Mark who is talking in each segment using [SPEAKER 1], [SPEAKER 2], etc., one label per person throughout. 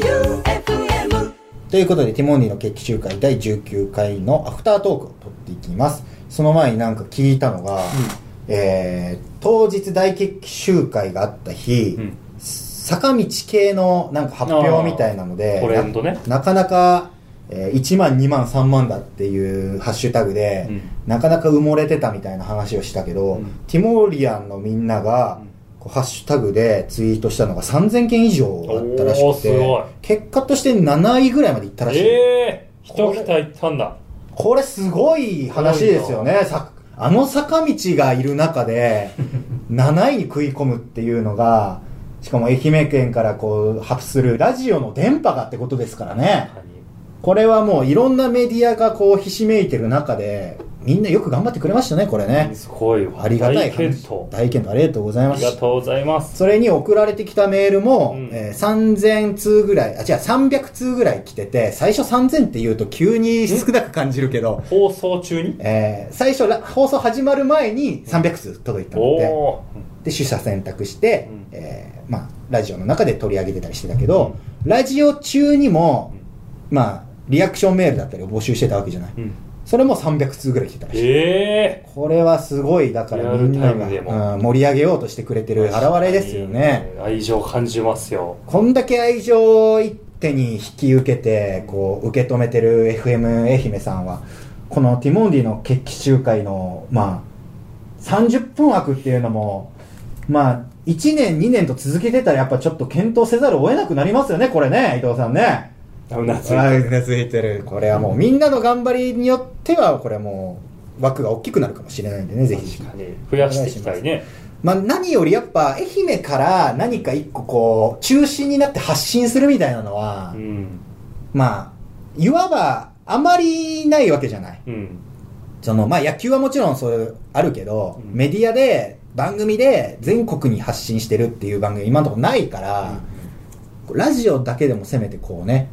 [SPEAKER 1] J-O-E-U-F-M
[SPEAKER 2] ということで、ティモンディの決起集会第19回のアフタートークを取っていきます。その前になんか聞いたのが、えー、当日大決起集会があった日、
[SPEAKER 3] うん
[SPEAKER 2] 坂道系のなんか発表みたいなので
[SPEAKER 3] あー、トレンドね
[SPEAKER 2] ななかなか、えー1万、2万、3万だっていうハッシュタグで、
[SPEAKER 3] うん
[SPEAKER 2] なかなか埋もれてたみたいな話をしたけど、
[SPEAKER 3] うん
[SPEAKER 2] ティモーリアンのみんなが、
[SPEAKER 3] うん
[SPEAKER 2] こうハッシュタグでツイートしたのが3000件以上あったらし
[SPEAKER 3] おー
[SPEAKER 2] く
[SPEAKER 3] すごい
[SPEAKER 2] て、結果として7位ぐらいまでいったらしい。
[SPEAKER 3] ええー、一桁いったんだ。
[SPEAKER 2] これすごい話ですよね。さあの坂道がいる中 で、7位に食い込むっていうのが、しかも愛媛県からこう、発するラジオの電波がってことですからね。これはもういろんなメディアがこう、ひしめいてる中で、みんなよく頑張ってくれましたね、これね。
[SPEAKER 3] すごいわ。
[SPEAKER 2] ありがたい
[SPEAKER 3] 大
[SPEAKER 2] 話
[SPEAKER 3] 健闘。
[SPEAKER 2] 大健闘ありがとうござい
[SPEAKER 3] あ
[SPEAKER 2] ま
[SPEAKER 3] り
[SPEAKER 2] し
[SPEAKER 3] が
[SPEAKER 2] た。
[SPEAKER 3] とうございます。
[SPEAKER 2] それに送られてきたメールも、
[SPEAKER 3] うん
[SPEAKER 2] えー3000通ぐらい、あ、違う、300通ぐらい来てて、最初3000って言うと急に少なく感じるけど、
[SPEAKER 3] 放送中に
[SPEAKER 2] えー最初ら放送始まる前に300通届いたので、
[SPEAKER 3] おー
[SPEAKER 2] で取捨選択して、
[SPEAKER 3] うん
[SPEAKER 2] えーまあ、ラジオの中で取り上げてたりしてたけど、ラジオ中にも、まあ、リアクションメールだったりを募集してたわけじゃない、
[SPEAKER 3] うんうん
[SPEAKER 2] それも300通ぐらい来てたらしい、
[SPEAKER 3] ええ
[SPEAKER 2] これはすごいだからみんな
[SPEAKER 3] リアルタイムで
[SPEAKER 2] が、
[SPEAKER 3] も
[SPEAKER 2] うん、盛り上げようとしてくれてる表れですよね、
[SPEAKER 3] 確かに。愛情感じますよ。
[SPEAKER 2] こんだけ愛情を一手に引き受けてこう受け止めてる FM 愛媛さんはこのティモンディの決起集会のまあ30分枠っていうのもまあ1年2年と続けてたらやっぱちょっと検討せざるを得なくなりますよねこれね伊藤さんね
[SPEAKER 3] うなずい
[SPEAKER 2] あうなずいてるこれはもうみんなの頑張りによってはこれはもう枠が大きくなるかもしれないんでねぜひ
[SPEAKER 3] 確かに。増やしていきたいね。
[SPEAKER 2] まあ、何よりやっぱ愛媛から何か一個こう中心になって発信するみたいなのは、
[SPEAKER 3] うん。
[SPEAKER 2] まあいわばあまりないわけじゃない
[SPEAKER 3] うん。
[SPEAKER 2] そのまあ野球はもちろんそれあるけど、
[SPEAKER 3] うん
[SPEAKER 2] メディアで番組で全国に発信してるっていう番組今のところないから、ラジオだけでもせめてこうね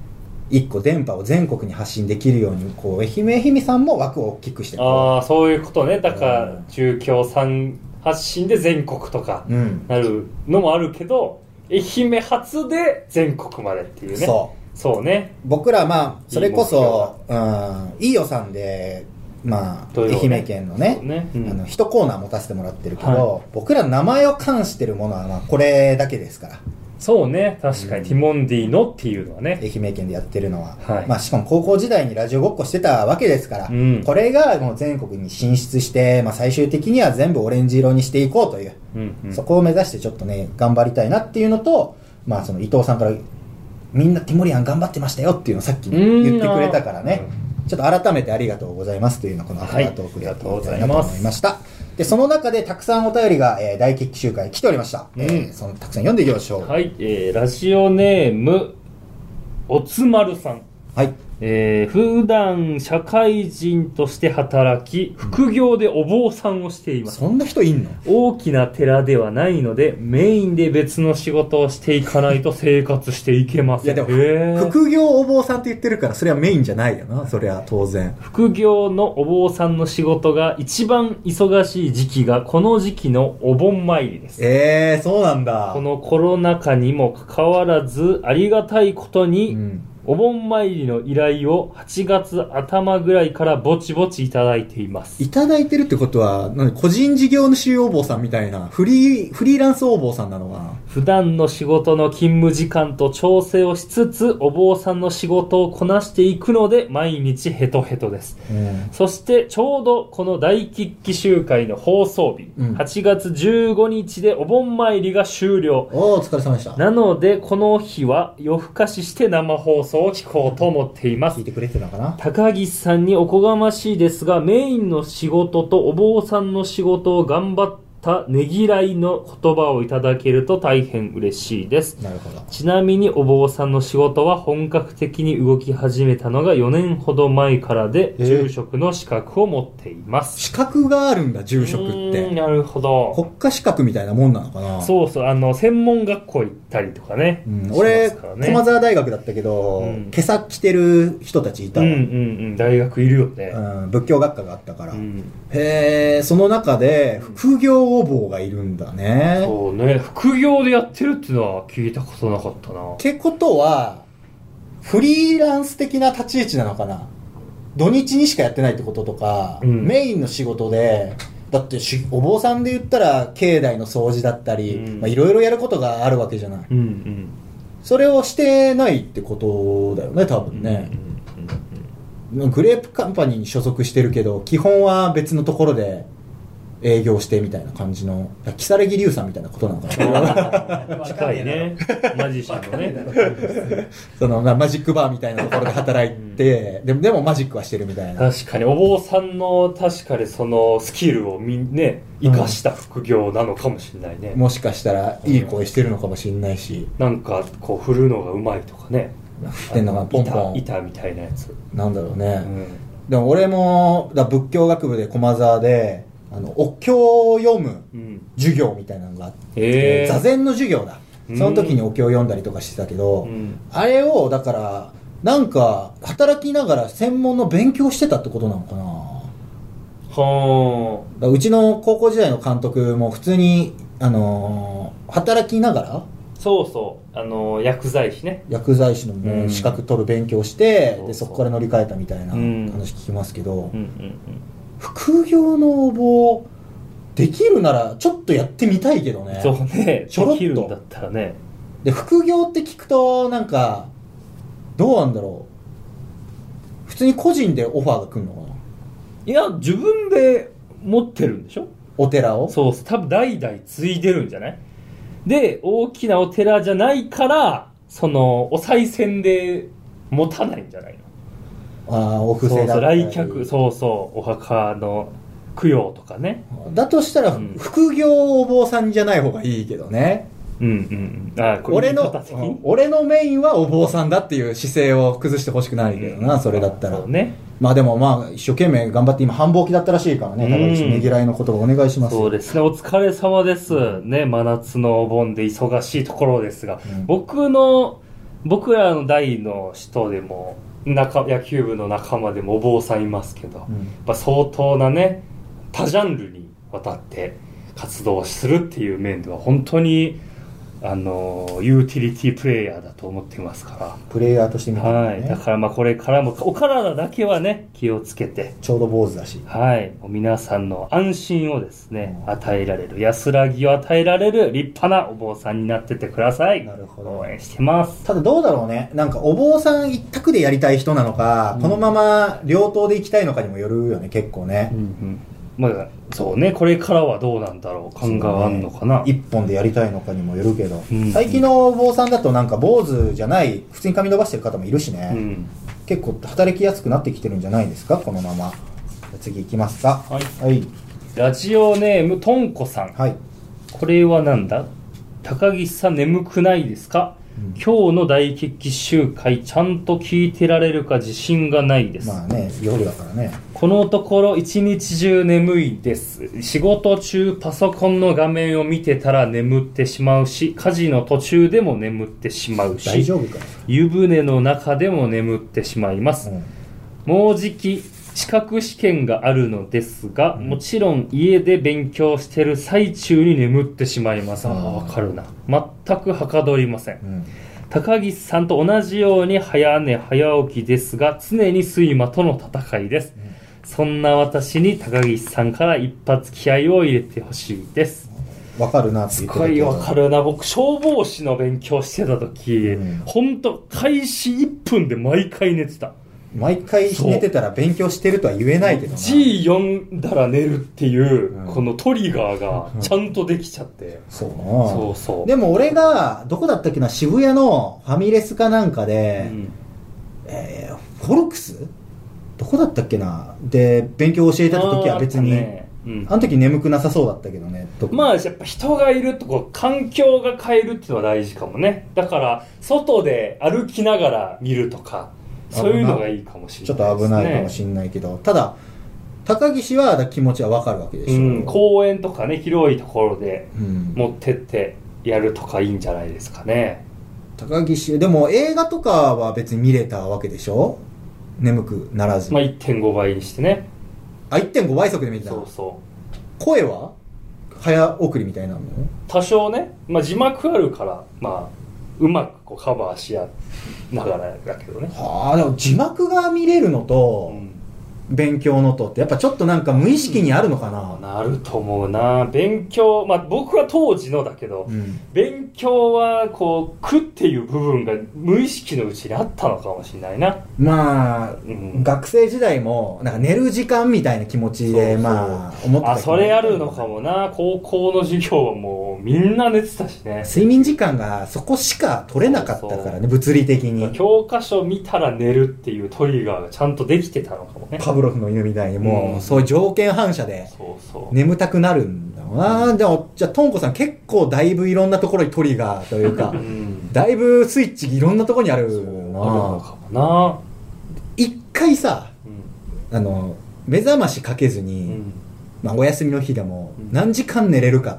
[SPEAKER 2] 一個電波を全国に発信できるようにこう愛媛愛媛さんも枠を大きくしてこ
[SPEAKER 3] ああ、そういうことね。だか
[SPEAKER 2] う
[SPEAKER 3] ら、
[SPEAKER 2] ん
[SPEAKER 3] 中京さん発信で全国とか
[SPEAKER 2] う、うん、
[SPEAKER 3] なるのもあるけど、愛媛発で全国までっていうね。
[SPEAKER 2] そう
[SPEAKER 3] そうね。
[SPEAKER 2] 僕らまあそれこ
[SPEAKER 3] いい目
[SPEAKER 2] そうんいい予算でまあ
[SPEAKER 3] 土曜ね
[SPEAKER 2] 愛媛県のね
[SPEAKER 3] ね。う
[SPEAKER 2] あの
[SPEAKER 3] ん
[SPEAKER 2] 一コーナー持たせてもらってるけど、
[SPEAKER 3] は
[SPEAKER 2] 僕ら名前を冠してるものはまあこれだけですから
[SPEAKER 3] そうね。確か
[SPEAKER 2] うん
[SPEAKER 3] に、ティモンディのっていうのはね。
[SPEAKER 2] 愛媛県でやってるのは、
[SPEAKER 3] はい
[SPEAKER 2] まあ、しかも高校時代にラジオごっこしてたわけですから、
[SPEAKER 3] うん
[SPEAKER 2] これがもう全国に進出して、まあ、最終的には全部オレンジ色にしていこうという、
[SPEAKER 3] うんうん
[SPEAKER 2] そこを目指してちょっとね頑張りたいなっていうのと、まあ、その伊藤さんからみんなティモリアン頑張ってましたよっていうのをさっき言ってくれたからね、ちょっと改めてありがとうございますというのをこのアフタートークでやっていきたいなと思いました。で、その中でたくさんお便りが、えー大決起集会来ておりました。えー
[SPEAKER 3] うん
[SPEAKER 2] そのたくさん読んでいきましょう。はい。
[SPEAKER 3] はい、えー、ラジオネーム、おつまるさん。えー、普段社会人として働き、副業でお坊さんをしています。
[SPEAKER 2] そんな人いんの
[SPEAKER 3] 大きな寺ではないので、メインで別の仕事をしていかないと生活していけません。
[SPEAKER 2] いやでも
[SPEAKER 3] へー
[SPEAKER 2] 副業お坊さんって言ってるから、それはメインじゃないよな。それは当然。
[SPEAKER 3] 副業のお坊さんの仕事が一番忙しい時期がこの時期のお盆参りです。
[SPEAKER 2] えー、そうなんだ。
[SPEAKER 3] このコロナ禍にもかかわらず、ありがたいこと
[SPEAKER 2] う
[SPEAKER 3] に、
[SPEAKER 2] ん。
[SPEAKER 3] お盆参りの依頼を8月頭ぐらいからぼちぼちいただいています。
[SPEAKER 2] いただいてるってことは、なんで個人事業主お坊さんみたいな、フリー、フリーランスお坊さんなのかな
[SPEAKER 3] 普段の仕事の勤務時間と調整をしつつ、お坊さんの仕事をこなしていくので、毎日ヘトヘトです。
[SPEAKER 2] うん。
[SPEAKER 3] そして、ちょうどこの大喫起集会の放送日、
[SPEAKER 2] うん
[SPEAKER 3] 8月15日でお盆参りが終了。
[SPEAKER 2] おー、お疲れ様でした。
[SPEAKER 3] なので、この日は夜更かしして生放送を聞こうと思っています
[SPEAKER 2] 聞い。てくれてたのかな
[SPEAKER 3] 高岸さんにおこがましいですが、メインの仕事とお坊さんの仕事を頑張ったねぎらいの言葉をいただけると大変嬉しいです。
[SPEAKER 2] なるほど。
[SPEAKER 3] ちなみにお坊さんの仕事は本格的に動き始めたのが4年ほど前からで、
[SPEAKER 2] えー
[SPEAKER 3] 住職の資格を持っています。
[SPEAKER 2] 資格があるんだ、住職っ
[SPEAKER 3] うーん
[SPEAKER 2] て。
[SPEAKER 3] なるほど。
[SPEAKER 2] 国家資格みたいなもんなのかな
[SPEAKER 3] そうそう、あの、専門学校行ったりとかね。
[SPEAKER 2] うん、俺、
[SPEAKER 3] しますからね
[SPEAKER 2] 駒沢大学だったけど、
[SPEAKER 3] うん
[SPEAKER 2] 今朝着てる人たちいた
[SPEAKER 3] うん
[SPEAKER 2] わ、
[SPEAKER 3] う
[SPEAKER 2] うん
[SPEAKER 3] うん、大学いるよね。
[SPEAKER 2] ん仏教学科があったから、
[SPEAKER 3] うん
[SPEAKER 2] へえその中で副業お坊がいるんだね。
[SPEAKER 3] そうね副業でやってるっていうのは聞いたことなかったな
[SPEAKER 2] ってことは、フリーランス的な立ち位置なのかな土日にしかやってないってこととか、
[SPEAKER 3] うん
[SPEAKER 2] メインの仕事で、だってしお坊さんで言ったら境内の掃除だったり、
[SPEAKER 3] うん
[SPEAKER 2] まあいろいろやることがあるわけじゃない。
[SPEAKER 3] うんうん
[SPEAKER 2] それをしてないってことだよね、多分ね。グレープカンパニーに所属してるけど、基本は別のところで営業してみたいな感じの、だから如月龍さんみたいなことなのかな。
[SPEAKER 3] 近いねマジシャンのね
[SPEAKER 2] そのなマジックバーみたいなところで働いて、でもでもマジックはしてるみたいな。
[SPEAKER 3] 確かにお坊さんの確かにそのスキルをみんね生かした副業なのかもしれないね、
[SPEAKER 2] もしかしたらいい声してるのかもしれないし、
[SPEAKER 3] なんかこう振るのがうまいとかね
[SPEAKER 2] 振ってんのかな、ポンポン。
[SPEAKER 3] 板板みたいなやつ、
[SPEAKER 2] なんだろう
[SPEAKER 3] う
[SPEAKER 2] ね。
[SPEAKER 3] ん、
[SPEAKER 2] でも俺も、だから仏教学部で駒沢で、あの、お経を読む
[SPEAKER 3] うん、
[SPEAKER 2] 授業みたいなのがあって、
[SPEAKER 3] へえ
[SPEAKER 2] 座禅の授業だ。
[SPEAKER 3] うん
[SPEAKER 2] その時にお経を読んだりとかしてたけど、
[SPEAKER 3] うん
[SPEAKER 2] あれを、だから、なんか、働きながら専門の勉強してたってことなのかな
[SPEAKER 3] は
[SPEAKER 2] だからうちの高校時代の監督も普通に、あのー働きながら
[SPEAKER 3] あそうそうあの薬剤師ね
[SPEAKER 2] 薬剤師のね
[SPEAKER 3] うん
[SPEAKER 2] 資格取る勉強して、
[SPEAKER 3] そうそう
[SPEAKER 2] でそこから乗り換えたみたいな
[SPEAKER 3] うん
[SPEAKER 2] 話聞きますけど、
[SPEAKER 3] うんうん
[SPEAKER 2] 副業の応募できるならちょっとやってみたいけど
[SPEAKER 3] う
[SPEAKER 2] ね
[SPEAKER 3] んそう ね
[SPEAKER 2] ちょろっと
[SPEAKER 3] できるんだったらね
[SPEAKER 2] で副業って聞くとなんかどうなんだろう普通に個人でオファーが来るのかない
[SPEAKER 3] や自分で持ってるんでしょ
[SPEAKER 2] お寺を
[SPEAKER 3] そう多分代々継いでるんじゃないで大きなお寺じゃないからそのお賽銭で持たないんじゃないの
[SPEAKER 2] ああお布
[SPEAKER 3] そ
[SPEAKER 2] 施
[SPEAKER 3] う
[SPEAKER 2] だ
[SPEAKER 3] そ
[SPEAKER 2] っ
[SPEAKER 3] う
[SPEAKER 2] たり
[SPEAKER 3] 来客そうそうお墓の供養とかね
[SPEAKER 2] だとしたら、
[SPEAKER 3] うん
[SPEAKER 2] 副業お坊さんじゃない方がいいけどね
[SPEAKER 3] うんうんあこれ
[SPEAKER 2] 俺
[SPEAKER 3] 言い
[SPEAKER 2] の
[SPEAKER 3] 方的
[SPEAKER 2] う
[SPEAKER 3] に
[SPEAKER 2] ん俺のメインはお坊さんだっていう姿勢を崩してほしくないけどな、それだったら
[SPEAKER 3] そうね
[SPEAKER 2] まあでもまあ一生懸命頑張って今繁忙期だったらしいからね
[SPEAKER 3] うん
[SPEAKER 2] 高岸ねぎらいの言葉お願いします
[SPEAKER 3] そうですねお疲れ様ですね真夏のお盆で忙しいところですが、
[SPEAKER 2] うん
[SPEAKER 3] 僕の僕らの代の人でも仲野球部の仲間でもお坊さんいますけど、
[SPEAKER 2] う
[SPEAKER 3] やっ
[SPEAKER 2] ん
[SPEAKER 3] ぱ相当なね多ジャンルにわたって活動をするっていう面では本当にあのユーティリティプレイヤーだと思っていますか
[SPEAKER 2] プレイヤーとして
[SPEAKER 3] ら、
[SPEAKER 2] 見てる
[SPEAKER 3] はい、
[SPEAKER 2] ね
[SPEAKER 3] だからまあこれからもお体だけはね気をつけて
[SPEAKER 2] ちょうど坊主だし
[SPEAKER 3] はい。もう皆さんの安心をですね、与えられる、安らぎを与えられる立派なお坊さんになってってください。
[SPEAKER 2] なるほど
[SPEAKER 3] 応援してます。
[SPEAKER 2] ただどうだろうねなんかお坊さん一択でやりたい人なのか、
[SPEAKER 3] うん
[SPEAKER 2] このまま両党で行きたいのかにもよるよね結構ね、
[SPEAKER 3] まあ、そうね、これからはどうなんだろう。感があんのかな。
[SPEAKER 2] 一本でやりたいのかにもよるけど、
[SPEAKER 3] うん
[SPEAKER 2] 最近のお坊さんだとなんか坊主じゃない普通に髪伸ばしてる方もいるしね、
[SPEAKER 3] うん。
[SPEAKER 2] 結構働きやすくなってきてるんじゃないですかこのまま次行きますか
[SPEAKER 3] はい
[SPEAKER 2] はい
[SPEAKER 3] ラジオネーム、とんこさん。
[SPEAKER 2] はい
[SPEAKER 3] これはなんだ高岸さん眠くないですか、
[SPEAKER 2] うん
[SPEAKER 3] 今日の大決起集会、ちゃんと聞いてられるか自信がないです。
[SPEAKER 2] まあね夜だからね
[SPEAKER 3] このところ一日中眠いです。仕事中パソコンの画面を見てたら眠ってしまうし、家事の途中でも眠ってしまう
[SPEAKER 2] 大
[SPEAKER 3] し、
[SPEAKER 2] 丈夫か
[SPEAKER 3] 湯船の中でも眠ってしまいます。
[SPEAKER 2] な、うん
[SPEAKER 3] もうじき資格試験があるのですが、もちろん家で勉強してる最中に眠ってしまいます。ああ、わかるな。全くはかどりません。
[SPEAKER 2] うん
[SPEAKER 3] 高岸さんと同じように早寝早起きですが常に睡魔との戦いです、そんな私に高岸さんから一発気合を入れてほしいです
[SPEAKER 2] わかるなって
[SPEAKER 3] す
[SPEAKER 2] 言って
[SPEAKER 3] ご
[SPEAKER 2] たけ
[SPEAKER 3] い
[SPEAKER 2] ど
[SPEAKER 3] わかるな僕消防士の勉強してた時
[SPEAKER 2] うん
[SPEAKER 3] 本当、ほんと開始1分で毎回寝てた
[SPEAKER 2] 毎回寝てたら勉強してるとは言えないけどな
[SPEAKER 3] G 読んだら寝るっていう、
[SPEAKER 2] うん
[SPEAKER 3] このトリガーがちゃんとできちゃって、
[SPEAKER 2] そうな
[SPEAKER 3] そうそう
[SPEAKER 2] でも俺がどこだったっけな渋谷のファミレスかなんかで、
[SPEAKER 3] うん
[SPEAKER 2] えーフォルクスどこだったっけなで勉強を教えてた時は別に
[SPEAKER 3] あ
[SPEAKER 2] あ,、
[SPEAKER 3] ーあったねうん
[SPEAKER 2] の時眠くなさそうだったけどね特に
[SPEAKER 3] まあやっぱ人がいるとこう環境が変えるっていうのは大事かもねだから外で歩きながら見るとかそういうのがいいかもし
[SPEAKER 2] ちょ
[SPEAKER 3] れ
[SPEAKER 2] っと
[SPEAKER 3] ない
[SPEAKER 2] 危
[SPEAKER 3] です、ね、
[SPEAKER 2] ないかもしれないけど、ただ高岸はだから気持ちはわかるわけでしょ、
[SPEAKER 3] うん、公園とかね広いところで
[SPEAKER 2] うん
[SPEAKER 3] 持ってってやるとかいいんじゃないですかね
[SPEAKER 2] 高岸でも映画とかは別に見れたわけでしょ眠くならず、
[SPEAKER 3] まあ1.5倍にしてね
[SPEAKER 2] あ1.5倍速で見てた
[SPEAKER 3] そうそ
[SPEAKER 2] 声は早送りみたいなのね
[SPEAKER 3] 多少ね、まあ、字幕あるから、まあ、うまくこうカバーし合いながらだけどね、
[SPEAKER 2] はあでも字幕が見れるのと、勉強のとってやっぱちょっとなんか無意識にあるのかな、
[SPEAKER 3] なると思うな勉強、まあ、僕は当時のだけど、
[SPEAKER 2] うん
[SPEAKER 3] 勉強はこう「苦」っていう部分が無意識のうちにあったのかもしれないな
[SPEAKER 2] まあ、
[SPEAKER 3] ん
[SPEAKER 2] 学生時代もなんか寝る時間みたいな気持ちで
[SPEAKER 3] そうそう
[SPEAKER 2] まあ思ってた
[SPEAKER 3] あ
[SPEAKER 2] けど
[SPEAKER 3] それあるのかもな高校の授業はもうみんな寝てたしね
[SPEAKER 2] 睡眠時間がそこしか取れなかったからね
[SPEAKER 3] そう
[SPEAKER 2] 物理的に
[SPEAKER 3] 教科書見たら寝るっていうトリガーがちゃんとできてたのかもね
[SPEAKER 2] パブロフの犬みたいにもう、
[SPEAKER 3] うん
[SPEAKER 2] そういう条件反射で
[SPEAKER 3] そうそう、
[SPEAKER 2] 眠たくなるんだろうな、でもじゃあとんこさん結構だいぶいろんなところにトリガーというか
[SPEAKER 3] うん
[SPEAKER 2] だいぶスイッチいろんなところにある
[SPEAKER 3] そうあるの
[SPEAKER 2] な
[SPEAKER 3] かもな
[SPEAKER 2] 一回さ
[SPEAKER 3] う
[SPEAKER 2] あの目覚ましかけずに、
[SPEAKER 3] んうん
[SPEAKER 2] まあ、お休みの日でも
[SPEAKER 3] うん
[SPEAKER 2] 何時間寝れるかっ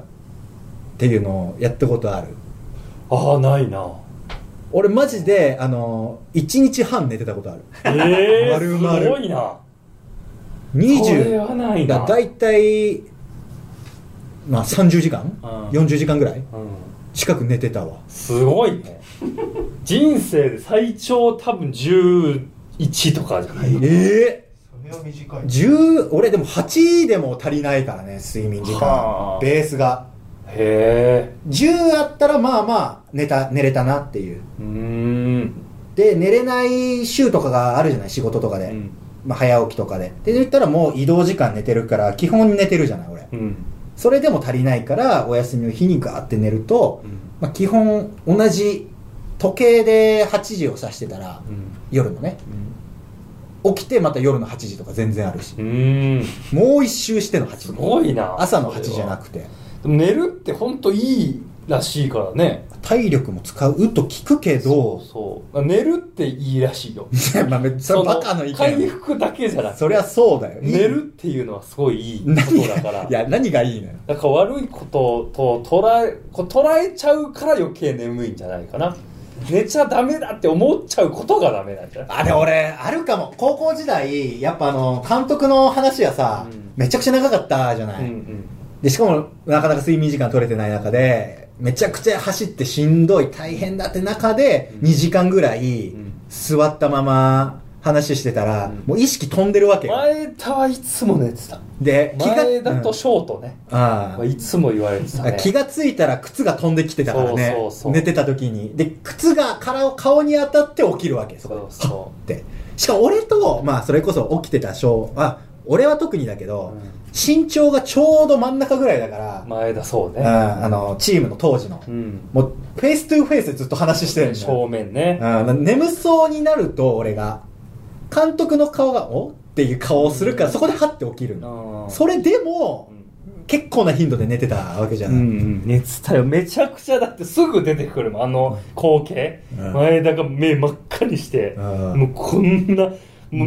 [SPEAKER 2] ていうのをやったことある
[SPEAKER 3] ああないな
[SPEAKER 2] 俺マジであの1日半寝てたことある
[SPEAKER 3] ええ
[SPEAKER 2] 丸々
[SPEAKER 3] すごいなそれ
[SPEAKER 2] 20
[SPEAKER 3] はない
[SPEAKER 2] だ
[SPEAKER 3] な
[SPEAKER 2] 大体まあ30時間
[SPEAKER 3] うん
[SPEAKER 2] 40時間ぐらい
[SPEAKER 3] うん、
[SPEAKER 2] 近く寝てたわ
[SPEAKER 3] すごいね人生で最長多分11とかじゃない
[SPEAKER 2] ええ
[SPEAKER 4] それは短い
[SPEAKER 2] 10俺でも8でも足りないからね睡眠時
[SPEAKER 4] は
[SPEAKER 2] 間
[SPEAKER 4] あ
[SPEAKER 2] ベースが
[SPEAKER 3] へ
[SPEAKER 2] 10あったらまあまあ寝た寝れたなっていう
[SPEAKER 3] えうん
[SPEAKER 2] で寝れない週とかがあるじゃない仕事とかで、
[SPEAKER 3] うん
[SPEAKER 2] まあ、早起きとかで。で、言ったらもう移動時間寝てるから、基本寝てるじゃない、俺。
[SPEAKER 3] うん
[SPEAKER 2] それでも足りないから、お休みの日にガーって寝ると、まあ、基本同じ時計で8時を指してたら、夜のね、起きてまた夜の8時とか全然あるし、
[SPEAKER 3] うん
[SPEAKER 2] もう一周しての8
[SPEAKER 3] す
[SPEAKER 2] 時。
[SPEAKER 3] ごいな
[SPEAKER 2] 朝の8時じゃなくて、
[SPEAKER 3] でも寝るって本当いいらしいからね
[SPEAKER 2] 体力も使うと聞くけど、
[SPEAKER 3] そう寝るっていいらしいよ
[SPEAKER 2] いや まあ、それ
[SPEAKER 3] の
[SPEAKER 2] バカの意
[SPEAKER 3] 回
[SPEAKER 2] 見。
[SPEAKER 3] 復だけじゃなくて
[SPEAKER 2] そりゃそうだよ。
[SPEAKER 3] 寝るっていうのはすごいいいことだから
[SPEAKER 2] いや、何がいいのよ。
[SPEAKER 3] なんか悪いことと捉えこう捉えちゃうから余計眠いんじゃないかな寝ちゃダメだって思っちゃうことがダメなんじゃない
[SPEAKER 2] あれ俺あるかも高校時代やっぱあの監督の話はさ、
[SPEAKER 3] うん
[SPEAKER 2] めちゃくちゃ長かったじゃない、
[SPEAKER 3] うん
[SPEAKER 2] でしかもなかなか睡眠時間取れてない中でめちゃくちゃ走ってしんどい大変だって中で
[SPEAKER 3] うん
[SPEAKER 2] 2時間ぐらい
[SPEAKER 3] うん
[SPEAKER 2] 座ったまま話してたら、
[SPEAKER 3] うん
[SPEAKER 2] もう意識飛んでるわ
[SPEAKER 3] う
[SPEAKER 2] け
[SPEAKER 3] ん、
[SPEAKER 2] よ
[SPEAKER 3] 前田はいつも寝てた
[SPEAKER 2] で
[SPEAKER 3] 前田と
[SPEAKER 2] うん
[SPEAKER 3] ショートね、
[SPEAKER 2] ああ
[SPEAKER 3] いつも言われてたね
[SPEAKER 2] 気がついたら靴が飛んできてたからね
[SPEAKER 3] そうそうそう
[SPEAKER 2] 寝てた時にで靴がから顔に当たって起きるわけそこで
[SPEAKER 3] そうそ
[SPEAKER 2] ってしかも俺と、まあ、それこそ起きてた小あ俺は特にだけど、身長がちょうど真ん中ぐらいだから、
[SPEAKER 3] う前田そう
[SPEAKER 2] うん
[SPEAKER 3] ね
[SPEAKER 2] あのチームの当時の、
[SPEAKER 3] うん
[SPEAKER 2] もうフェイストゥフェイスでずっと話してるんだよ、
[SPEAKER 3] 正面ね
[SPEAKER 2] うん眠そうになると俺が監督の顔が「おっていう顔をするからそこでハッて起きるの、
[SPEAKER 3] うん
[SPEAKER 2] それでも
[SPEAKER 3] うん
[SPEAKER 2] 結構な頻度で寝てたわけじゃ
[SPEAKER 3] う
[SPEAKER 2] ない、
[SPEAKER 3] ん、熱たよめちゃくちゃだってすぐ出てくるもんあの光景、
[SPEAKER 2] うん
[SPEAKER 3] 前田が目真っ赤にして、
[SPEAKER 2] うん
[SPEAKER 3] もうこんなもう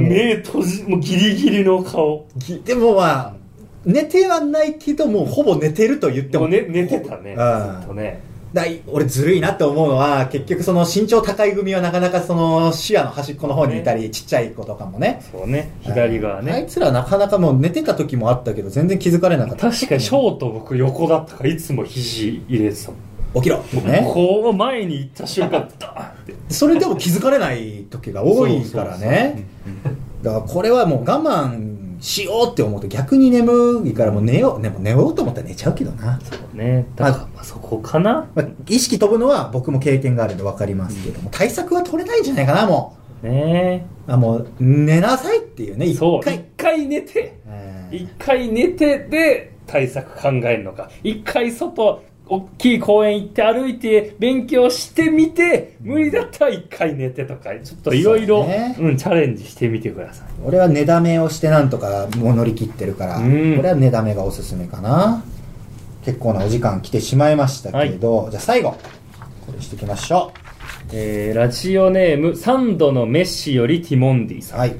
[SPEAKER 3] 目閉じもうギリギリの顔
[SPEAKER 2] ぎでもまあ寝てはないけどもうほぼ寝てると言って
[SPEAKER 3] で
[SPEAKER 2] も
[SPEAKER 3] も、ね、寝てたねず
[SPEAKER 2] うん
[SPEAKER 3] っとね
[SPEAKER 2] だい俺ずるいなって思うのは結局その身長高い組はなかなかその視野の端っこの方にいたり、ちっちゃい子とかもね
[SPEAKER 3] そうね左側
[SPEAKER 2] あ
[SPEAKER 3] ね
[SPEAKER 2] いつらはなかなかもう寝てた時もあったけど全然気づかれなかった
[SPEAKER 3] 確かにショート僕横だったからいつも肘入れてたもん
[SPEAKER 2] 起きろね
[SPEAKER 3] こう前に行った瞬間ダーンって
[SPEAKER 2] それでも気づかれない時が 多いからねだからこれはもう我慢しようって思うと逆に眠いからもう寝よう、ね、もう寝ようと思ったら寝ちゃうけどな
[SPEAKER 3] そうねだからまあそこかな、
[SPEAKER 2] まあ意識飛ぶのは僕も経験があるんで分かりますけども、対策は取れないんじゃないかなも
[SPEAKER 3] ね
[SPEAKER 2] うあもう寝なさいっていうね一
[SPEAKER 3] そう一
[SPEAKER 2] 回
[SPEAKER 3] 回寝て
[SPEAKER 2] うん
[SPEAKER 3] 一回寝てで対策考えるのか一回外大きい公園行って歩いて勉強してみて無理だったら一回寝てとかちょっといろい
[SPEAKER 2] そう
[SPEAKER 3] ろ
[SPEAKER 2] ね
[SPEAKER 3] うんチャレンジしてみてください
[SPEAKER 2] 俺は寝だめをしてなんとかもう乗り切ってるから、
[SPEAKER 3] うん
[SPEAKER 2] 俺は寝だめがおすすめかな結構なお時間来てしまいましたけど、じゃあ最後これしていきましょ
[SPEAKER 3] えーラジオネーム三度のメッシよりティモンディ
[SPEAKER 2] う
[SPEAKER 3] さん、
[SPEAKER 2] はい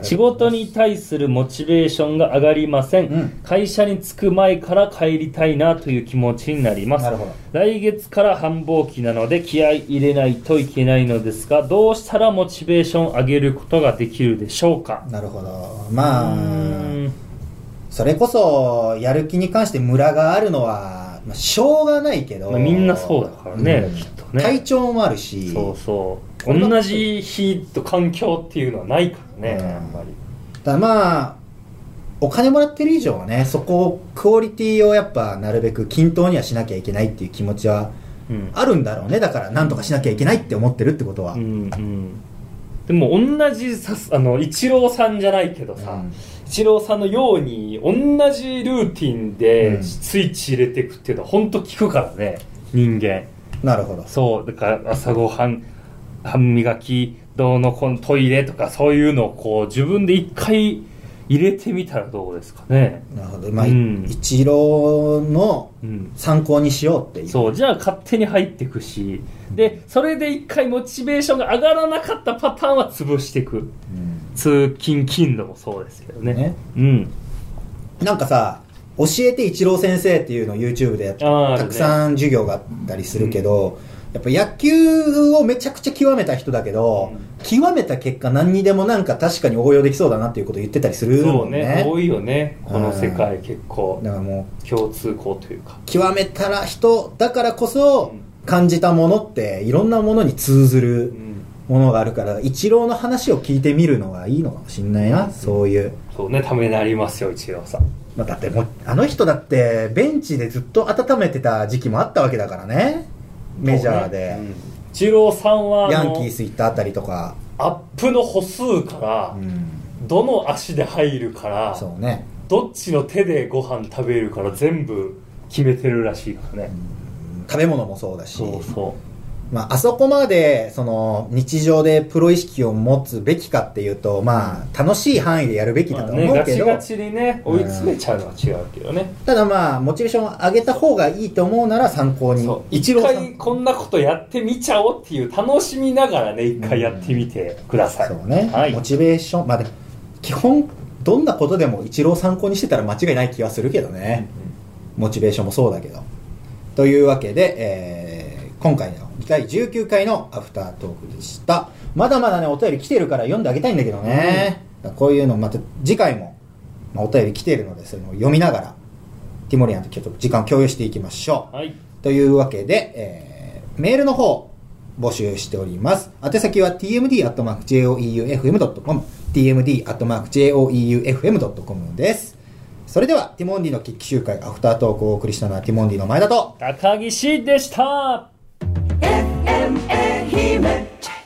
[SPEAKER 3] 仕事に対するモチベーションが上がりません、
[SPEAKER 2] うん
[SPEAKER 3] 会社に着く前から帰りたいなという気持ちになります
[SPEAKER 2] なるほど
[SPEAKER 3] 来月から繁忙期なので気合い入れないといけないのですがどうしたらモチベーションを上げることができるでしょうか
[SPEAKER 2] なるほどまあ
[SPEAKER 3] うーん
[SPEAKER 2] それこそやる気に関してムラがあるのは、まあ、しょうがないけど、
[SPEAKER 3] まあ、みんなそうだからね、
[SPEAKER 2] うん
[SPEAKER 3] きっとね
[SPEAKER 2] 体調もあるし
[SPEAKER 3] そうそう同じ日と環境っていうのはないからね、
[SPEAKER 2] うん
[SPEAKER 3] やっぱり
[SPEAKER 2] だからまあお金もらってる以上はねそこをクオリティをやっぱなるべく均等にはしなきゃいけないっていう気持ちは
[SPEAKER 3] うん
[SPEAKER 2] あるんだろうねだからなんとかしなきゃいけないって思ってるってことは、
[SPEAKER 3] うんうんでも同じさあのイチローさんじゃないけどさ、
[SPEAKER 2] うん
[SPEAKER 3] イチローさんのように同じルーティン
[SPEAKER 2] う
[SPEAKER 3] で
[SPEAKER 2] ん
[SPEAKER 3] スイッチ入れていくっていうのは本当効くからね人間
[SPEAKER 2] なるほど
[SPEAKER 3] そうだから朝ごはん歯磨きどうのこのトイレとかそういうのをこう自分で一回入れてみたらどうですかね
[SPEAKER 2] なるほどまあ、
[SPEAKER 3] うん
[SPEAKER 2] 一郎の
[SPEAKER 3] うん
[SPEAKER 2] 参考にしようっていう
[SPEAKER 3] そうじゃあ勝手に入っていくしでそれで一回モチベーションが上がらなかったパターンは潰していく
[SPEAKER 2] うん
[SPEAKER 3] 通勤勤度もそうですけどね
[SPEAKER 2] ね
[SPEAKER 3] うん
[SPEAKER 2] なんかさ教えて一郎先生っていうのを YouTube でやっ
[SPEAKER 3] あー
[SPEAKER 2] たくさん授業があったりするけど、やっぱ野球をめちゃくちゃ極めた人だけど、
[SPEAKER 3] う
[SPEAKER 2] 極めた結果何にでもなんか確かに応用できそうだなっていうこと言ってたりする
[SPEAKER 3] そ
[SPEAKER 2] も
[SPEAKER 3] うんね
[SPEAKER 2] ね
[SPEAKER 3] 多いよねこの世界結構
[SPEAKER 2] だからも
[SPEAKER 3] 共通項というか
[SPEAKER 2] う極めたら人だからこそ
[SPEAKER 3] うん
[SPEAKER 2] 感じたものっていろんなものに通ず
[SPEAKER 3] う
[SPEAKER 2] る
[SPEAKER 3] ん
[SPEAKER 2] ものがあるから一郎の話を聞いてみるのがいいのかもしんないな、
[SPEAKER 3] うん
[SPEAKER 2] そういう
[SPEAKER 3] そうねためになりますよ一郎さん
[SPEAKER 2] まあ、だってもうあの人だってベンチでずっと温めてた時期もあったわけだからねメジャーで、
[SPEAKER 3] そうねうんイチローさんは
[SPEAKER 2] ヤ
[SPEAKER 3] あ
[SPEAKER 2] ン
[SPEAKER 3] の
[SPEAKER 2] キース行ったあたりとか、
[SPEAKER 3] アップの歩数から、
[SPEAKER 2] うん、
[SPEAKER 3] どの足で入るから
[SPEAKER 2] そうね
[SPEAKER 3] どっちの手でご飯食べるから全部決めてるらしいからね、
[SPEAKER 2] 食べ物もそうだし
[SPEAKER 3] そうそ
[SPEAKER 2] まあ、あそこまでその日常でプロ意識を持つべきかっていうと、まあ、楽しい範囲でやるべき
[SPEAKER 3] う、ま
[SPEAKER 2] だ
[SPEAKER 3] あ
[SPEAKER 2] と
[SPEAKER 3] ね、
[SPEAKER 2] 思う
[SPEAKER 3] ガ
[SPEAKER 2] け
[SPEAKER 3] チ
[SPEAKER 2] ど、
[SPEAKER 3] ガチにね追い詰めちゃうのは違うけどね、
[SPEAKER 2] ただまあモチベーションを上げた方がいいと思うなら参考に
[SPEAKER 3] そう
[SPEAKER 2] 一
[SPEAKER 3] 一
[SPEAKER 2] 郎さん
[SPEAKER 3] 回こんなことやってみちゃおうっていう楽しみながらね一回やってみてください、
[SPEAKER 2] そうね、
[SPEAKER 3] はい
[SPEAKER 2] モチベーションまあでも基本どんなことでも一郎参考にしてたら間違いない気はするけどね、モチベーションもそうだけどというわけで、えー今回の第19回のアフタートークでしたまだまだねお便り来てるから読んであげたいんだけどね、こういうのまた次回も、まあ、お便り来てるのでそれも読みながらティモリアンとちょっと時間を共有していきましょう
[SPEAKER 3] はい
[SPEAKER 2] というわけで、えーメールの方募集しております宛先は tmd.joeufm.com tmd.joeufm.com ですそれではティモンディの決起集会アフタートークをお送りしたのはティモンディの前田と
[SPEAKER 3] 高岸でした
[SPEAKER 1] FM 愛媛